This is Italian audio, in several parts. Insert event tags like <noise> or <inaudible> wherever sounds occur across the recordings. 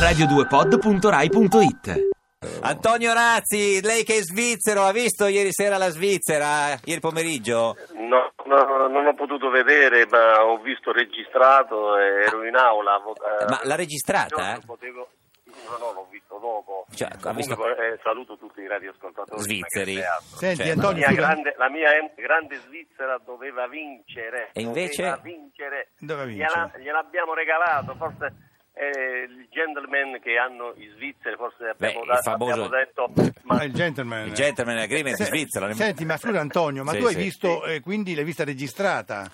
radio2pod.rai.it Certo. Antonio Razzi, lei che è svizzero, ha visto ieri sera la Svizzera, ieri pomeriggio? No, no, no, non ho potuto vedere, ma ho visto registrato, e ero in aula. vo- eh, Ma l'ha io registrata? eh? non potevo- No, no, l'ho visto dopo. Cioè, ha Comunque, visto- eh, saluto tutti i radioascoltatori. Svizzeri. perché è teatro. Senti Cioè, La Antonio, mia, scusa, grande, la mia em- grande Svizzera doveva vincere. E invece? Doveva vincere. Doveva Gliela- vincere. gliel'abbiamo regalato, forse eh, il gentleman che hanno i svizzeri, forse abbiamo, il da- famoso- abbiamo detto... ma il gentleman. Il gentleman agreement in Se- Svizzera. Senti, ma scusa Antonio, ma Sì, tu hai sì. visto, eh, quindi l'hai vista <coughs> registrata,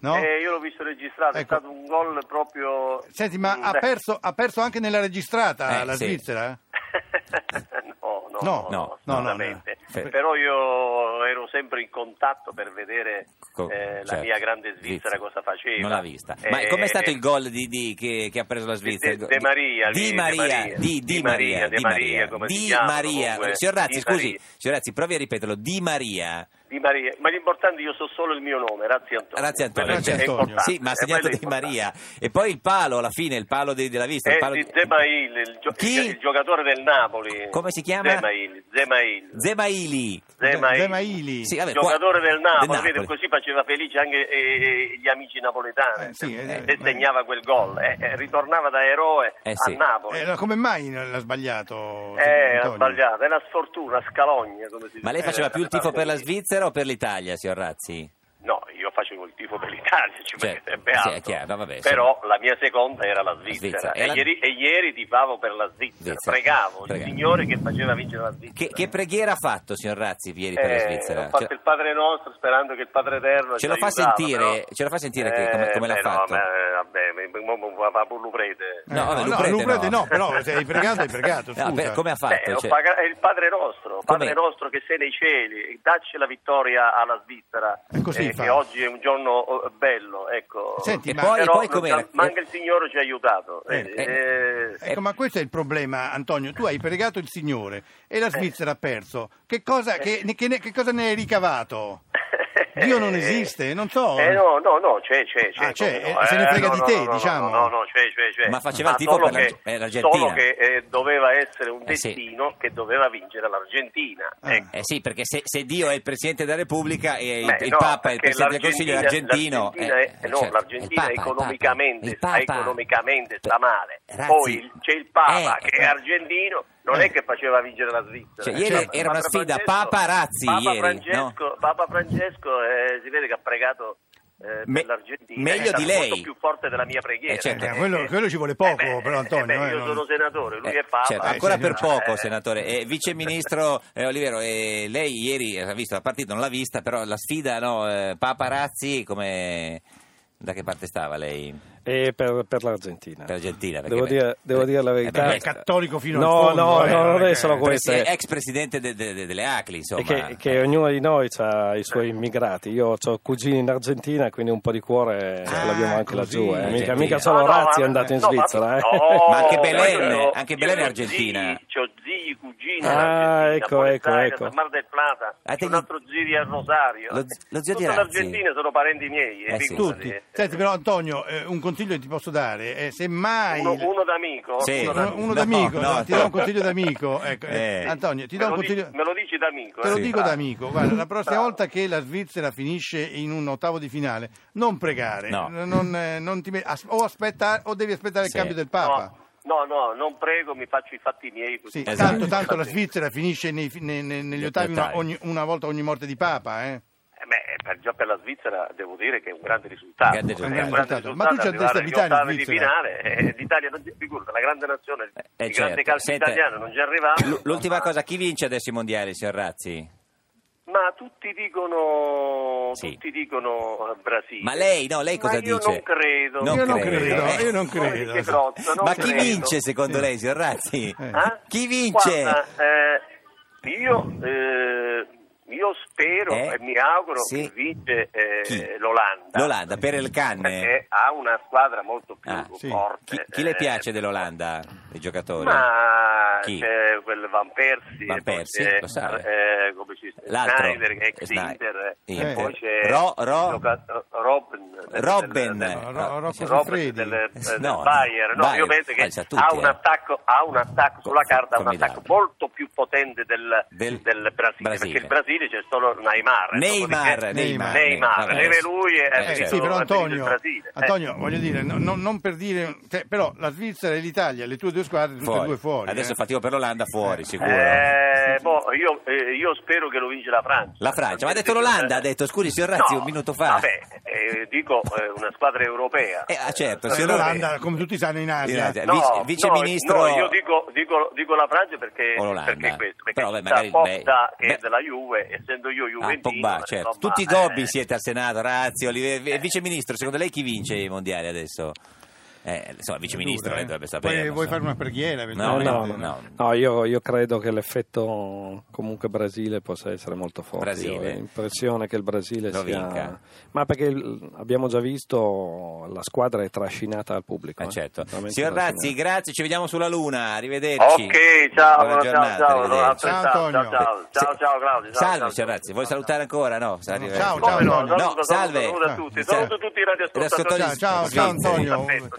no? Eh, io l'ho visto registrato, è Ecco. stato un gol proprio... Senti, ma Mm, ha beh. perso, ha perso anche nella registrata Eh, la sì. Svizzera? <laughs> no, no, No, no, no, no, assolutamente. no, no. Fe- Però io ero sempre in contatto per vedere Co- eh, certo. la mia grande Svizzera cosa faceva. Non l'ha vista. Ma Eh, com'è stato il gol di, di- che, che ha preso la Svizzera? De- De Maria, Di lì, De Maria, Maria. Di, di Di Maria, Maria, De Di Maria, Maria. come si Di chiama, Maria. comunque. Signor Razzi, Di scusi, Maria. signor Razzi, provi a ripeterlo. Di Maria. Di Maria. Ma l'importante io so solo il mio nome, Razzi Antonio. Grazie Antonio. Quello Razzi è certo. Antonio. importante, Sì, ma ha e segnato quello è Di importante. Maria. E poi il palo alla fine, il palo di- della vista. il Eh, palo di Zemail, il, gio- Chi? il giocatore del Napoli. Come si chiama? Zemail, Zemail. Zemaili. Zemail. Zemaili. Sì, vabbè, qua- giocatore del Napoli, del vede, così faceva felice anche eh, eh, gli amici napoletani Eh, sì, eh, e ma- segnava quel gol, eh, eh, ritornava da eroe Eh, sì. a Napoli. Eh, no, come mai l'ha sbagliato? Eh, era Antonio? sbagliato, è una sfortuna, scalogna come si dice. Ma lei faceva Eh, più il tifo per la sì. Svizzera o per l'Italia, signor Razzi? No, io facevo il tifo per l'Italia, ci Certo, mancherebbe sì, altro. è chiaro, vabbè, sì. Però la mia seconda era la Svizzera, Svizzera, e E, la- Ieri, e ieri tifavo per la Svizzera, Svizzera. pregavo Pregavo. il signore che faceva vincere la Svizzera. Che, che preghiera ha fatto, signor Razzi, ieri per la Eh, Svizzera? Cioè, Ho fatto Ce- il Padre Nostro sperando che il Padre Eterno Ce ci lo fa aiutava, sentire- però- ce lo fa sentire che- come- come l'ha beh, no, fatto? ma, eh, vabbè, mi- mi- mi- mi- fa pure lo prete. No, vabbè, no, Luprete Luprete no. no, <laughs> però se hai pregato, hai pregato, No, scusa. per- come ha fatto? Beh, Eh, ho Cioè- paga- è il Padre Nostro, Padre Com'è? Nostro che sei nei cieli, dacci la vittoria alla Svizzera, eh, È così fa. che oggi è un giorno oh, bello, ecco. Senti, e ma- poi, Però poi non com'era? sa- ma anche il Signore ci ha aiutato. Eh, Eh, eh. eh, Ecco, ma questo è il problema, Antonio. Tu hai pregato il Signore e Eh. la Svizzera ha perso. Che cosa, che, che ne, che cosa ne hai ricavato? Dio non esiste, non so. Eh no, no, no, c'è, c'è, c'è. Ah, c'è, come eh, se ne frega no, di no, te, no, no, diciamo. No, no, no, c'è, c'è, c'è. Ma faceva il tifo solo per l'Arge- che- eh, l'Argentina. Solo che eh, doveva essere un Eh, sì. destino che doveva vincere l'Argentina. Ah. Ecco. Eh sì, perché se, se Dio è il Presidente della Repubblica e il, Beh, il no, Papa è il perché Presidente del Consiglio è l'Argentina- argentino... l'Argentina è- no, certo, l'Argentina il Papa, il economicamente, il Papa. eh, economicamente sta male. Razzi, Poi il- c'è il Papa eh, che è argentino, non eh. è che faceva vincere la Svizzera. Cioè, ieri Papa- era una Papa sfida Francesco- Papa-Razzi Papa ieri, Francesco, Papa Francesco eh, si vede che ha pregato eh, Me- per l'Argentina. meglio è stato di lei. molto più forte della mia preghiera. Eh, certo. Eh, quello- quello ci vuole poco, però, Antonio, beh, eh, io non- sono senatore, lui Eh, è Papa. certo, Eh, ancora certo. per poco, Eh, senatore. Eh, Vice ministro eh, Olivero, eh, lei ieri ha visto la partita, non l'ha vista, però la sfida, no? eh, Papa Razzi, come... da che parte stava lei? E per, per l'Argentina. Per l'Argentina, perché Devo, beh- dire, devo eh, dire la eh, verità. beh, è cattolico fino no, al fondo, No, eh, no, non perché- è solo questa. Presi- ex presidente de- de- de- delle ACLI, insomma. eh. è che, che ognuno di noi ha i suoi immigrati. Io ho cugini in Argentina, quindi un po' di cuore ce Ah, l'abbiamo anche così, laggiù. eh. Mica, Argentina. mica solo Ah, No, no, Razzi ma- è andato in no, ma- Svizzera. <laughs> eh. no, <laughs> Ma anche io Belen, c'ho- anche Belen è io c'ho argentina. zii- C'ho zii, cugini. in Ah, Argentina, ecco, Buenos ecco, Aires, ecco. a Mar del Plata. Ah, te C'ho un gli- altro zio a Rosario. Lo z- lo zio di Tutta Razzi. l'Argentina sono parenti miei. eh, Eh sì. figurati. Tutti. Senti, però, Antonio, eh, un consiglio ti posso dare. Eh, se mai... Uno, uno d'amico. Sì. uno No, d'amico. Uno, uno d'amico, no, no, ti do no. un consiglio d'amico. Ecco, eh, Eh. Antonio, ti Me do un lo, dici, consiglio... me lo dici d'amico. Te eh. Ah. lo Sì. dico da amico, guarda, la prossima Bravo. volta che la Svizzera finisce in un ottavo di finale, non pregare, No. n- non, eh, non ti met- as- o, aspetta- o devi aspettare Sì. il cambio del Papa. No, no, no, non prego, mi faccio i fatti miei. Sì, Esatto. tanto, tanto la Svizzera finisce nei fi- nei- nei- negli Gli ottavi una, ottavi. ogni- una volta ogni morte di Papa. Eh. Eh Beh, per- già per la Svizzera devo dire che è un grande risultato. Grande È un risultato. grande risultato. Ma tu c'è arrivare agli stabilità in ottavi di Svizzera. finale. eh, L'Italia, non si- figurati, la grande nazione, il Eh, grande certo. calcio Senta, italiano non ci arrivava. l- l'ultima ma, cosa, chi vince adesso i mondiali, signor Razzi? Ma tutti dicono, Sì. tutti dicono eh, Brasile. Ma lei, no, lei Ma cosa io dice? non credo. Io non credo, credo, eh. io non Come credo. dice Crozza, non Ma chi credo. vince secondo Sì. lei, signor Razzi? Eh. Ah? Chi vince? Guarda, eh, io eh, Io spero Eh? e mi auguro Sì. che vince eh, Chi? l'Olanda. L'Olanda, per il canne. Perché ha una squadra molto più Ah, sì. forte. Chi, chi le eh, piace dell'Olanda, dei giocatori? Ma Chi? c'è quel Van Persie, Van e poi Persie, c'è, lo sa, eh, come si L'altro. Snyder, ex Snyder. Inter, Sì. Eh. e poi c'è Ro- Ro- gioca- Robben, del- Robben. del- Eh, No, Ro- no, Eh, Rocco Robert Siffredi. del, del No, Bayern, no, Bayern. io penso che Ah, sa tutti, ha, un eh. attacco, ha un attacco sulla carta, un Formidabile. attacco molto più potente del, Del del Brasile, Brasile. perché il Brasile c'è solo Neymar. ecco, Neymar, dopodiché- Neymar, Neymar, Neymar. deve lui e Eh, Eh, certo. sì, però ha finito il Antonio, Brasile. eh. Antonio, voglio dire, no- no- non per dire, cioè, però la Svizzera e l'Italia, le tue due squadre, tutte e due fuori. Adesso eh. fatico per l'Olanda, fuori, sicuro. Eh, boh, io, eh, io spero che lo vince la Francia. La Francia, ma ha detto l'Olanda, ha detto, scusi, signor No, Razzi, un minuto fa. Vabbè, eh, dico eh, una squadra europea. Eh, ah, certo, Perché signor L'Olanda, come tutti sanno, in Asia. In Asia. vice- viceministro- no, io dico, dico- dico la Francia perché, O l'Olanda. perché questo, perché Però, beh, c'è magari- Pogba beh, che beh. è della Juve, essendo io Ah, Juventino, Pogba, certo. insomma, Tutti eh, gobbi siete al Senato, Razzi, Olivier, viceministro, secondo lei chi vince i mondiali adesso? Eh, insomma, viceministro, Dura, lei eh. dovrebbe Poi sapere. vuoi fare una preghiera? No, no, eventualmente? no. No, io, io credo che l'effetto comunque Brasile possa essere molto forte. Brasile. Io ho l'impressione che il Brasile Lo sia. vinca. Ma perché il- abbiamo già visto la squadra è trascinata dal pubblico. Ah, eh. certo. Veramente Signor trascinata. Razzi, grazie, ci vediamo sulla Luna, arrivederci. Ok, ciao, Buona ciao, giornata, ciao, arrivederci. ciao, Ciao, ciao, Antonio. ciao, ciao, ciao, Claudio. ciao, Salve, ciao, signor Razzi, vuoi ciao. salutare ancora? No, salve. Ciao, ciao, Come no, Antonio. saluto, No, saluto, salve. saluto a tutti, saluto tutti i Ciao, radioascoltatori. ciao, Sì, sì. ciao Antonio. Perfetto.